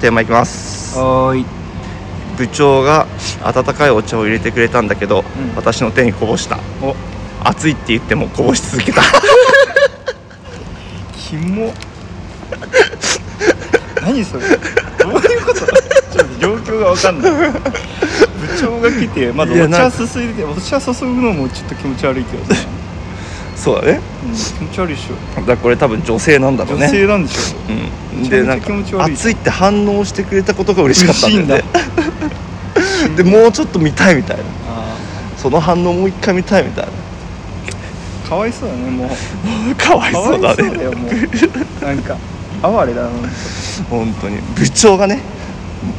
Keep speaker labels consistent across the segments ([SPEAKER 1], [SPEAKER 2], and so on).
[SPEAKER 1] テーマいきます
[SPEAKER 2] はーい
[SPEAKER 1] 部長が温かいお茶を入れてくれたんだけど、
[SPEAKER 2] うん
[SPEAKER 1] 私の手にこぼした
[SPEAKER 2] お
[SPEAKER 1] 熱いって言ってもこぼし続け た
[SPEAKER 2] キモ 何それどういうことちょっと状況がわかんない部長が来てまず
[SPEAKER 1] いや
[SPEAKER 2] お
[SPEAKER 1] なん
[SPEAKER 2] 茶
[SPEAKER 1] か
[SPEAKER 2] 注いでてお茶注ぐのもちょっと気持ち悪いけどさ、
[SPEAKER 1] そうだね
[SPEAKER 2] うん、気持ち悪いでしょ
[SPEAKER 1] だからこれ多分女性なんだろうね
[SPEAKER 2] 女性なんでしょ
[SPEAKER 1] うん、で
[SPEAKER 2] めち
[SPEAKER 1] な
[SPEAKER 2] ゃ
[SPEAKER 1] ん
[SPEAKER 2] め
[SPEAKER 1] か
[SPEAKER 2] ちゃ気持ち悪い
[SPEAKER 1] 熱いって反応してくれたことが嬉しかったんだよね
[SPEAKER 2] しいん だ
[SPEAKER 1] でもうちょっと見たいみたいな
[SPEAKER 2] あ
[SPEAKER 1] その反応もう一回見たいみたいな
[SPEAKER 2] ーかわいそうだねもう
[SPEAKER 1] かわい
[SPEAKER 2] か
[SPEAKER 1] そうだ
[SPEAKER 2] わい
[SPEAKER 1] ね
[SPEAKER 2] そうだよもうなんか哀れ だな
[SPEAKER 1] 本当に部長がね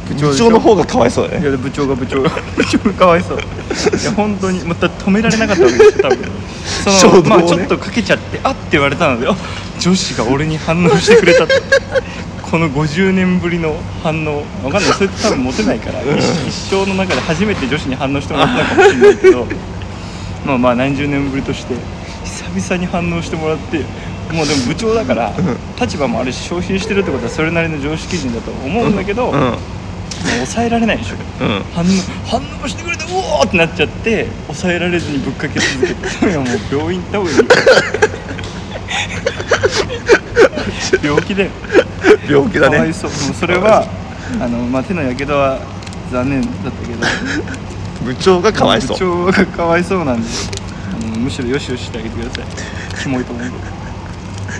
[SPEAKER 1] 部長
[SPEAKER 2] 長でしょ
[SPEAKER 1] の方がかわいそうだ
[SPEAKER 2] い
[SPEAKER 1] ね
[SPEAKER 2] や部長が部長が部長がかわいそういや本当にもうだ止められなかったわけですよ多分その、
[SPEAKER 1] 衝動をね
[SPEAKER 2] まあちょっとかけちゃってあって言われたのであ女子が俺に反応してくれたってこの50年ぶりの反応わかんないそれって多分モテないから一一生の中で初めて女子に反応してもらったかもしれないけどまあまあ何十年ぶりとして久々に反応してもらってもうでも部長だから立場もあるし消費してるってことはそれなりの常識人だと思うんだけど、
[SPEAKER 1] うんうん
[SPEAKER 2] もう抑えられないでしょ
[SPEAKER 1] うん
[SPEAKER 2] 反応反応してくれてうおーってなっちゃって抑えられずにぶっかけ続けていやもう病院行った方がい いよ病気だよ
[SPEAKER 1] 病気だ
[SPEAKER 2] かわい
[SPEAKER 1] ね
[SPEAKER 2] そうもうそれはあの、まあ、手のやけどは残念だったけど
[SPEAKER 1] 部長がかわいそう
[SPEAKER 2] 部長がかわいそうなんであのむしろよしよししてあげてくださいキモいと思うけど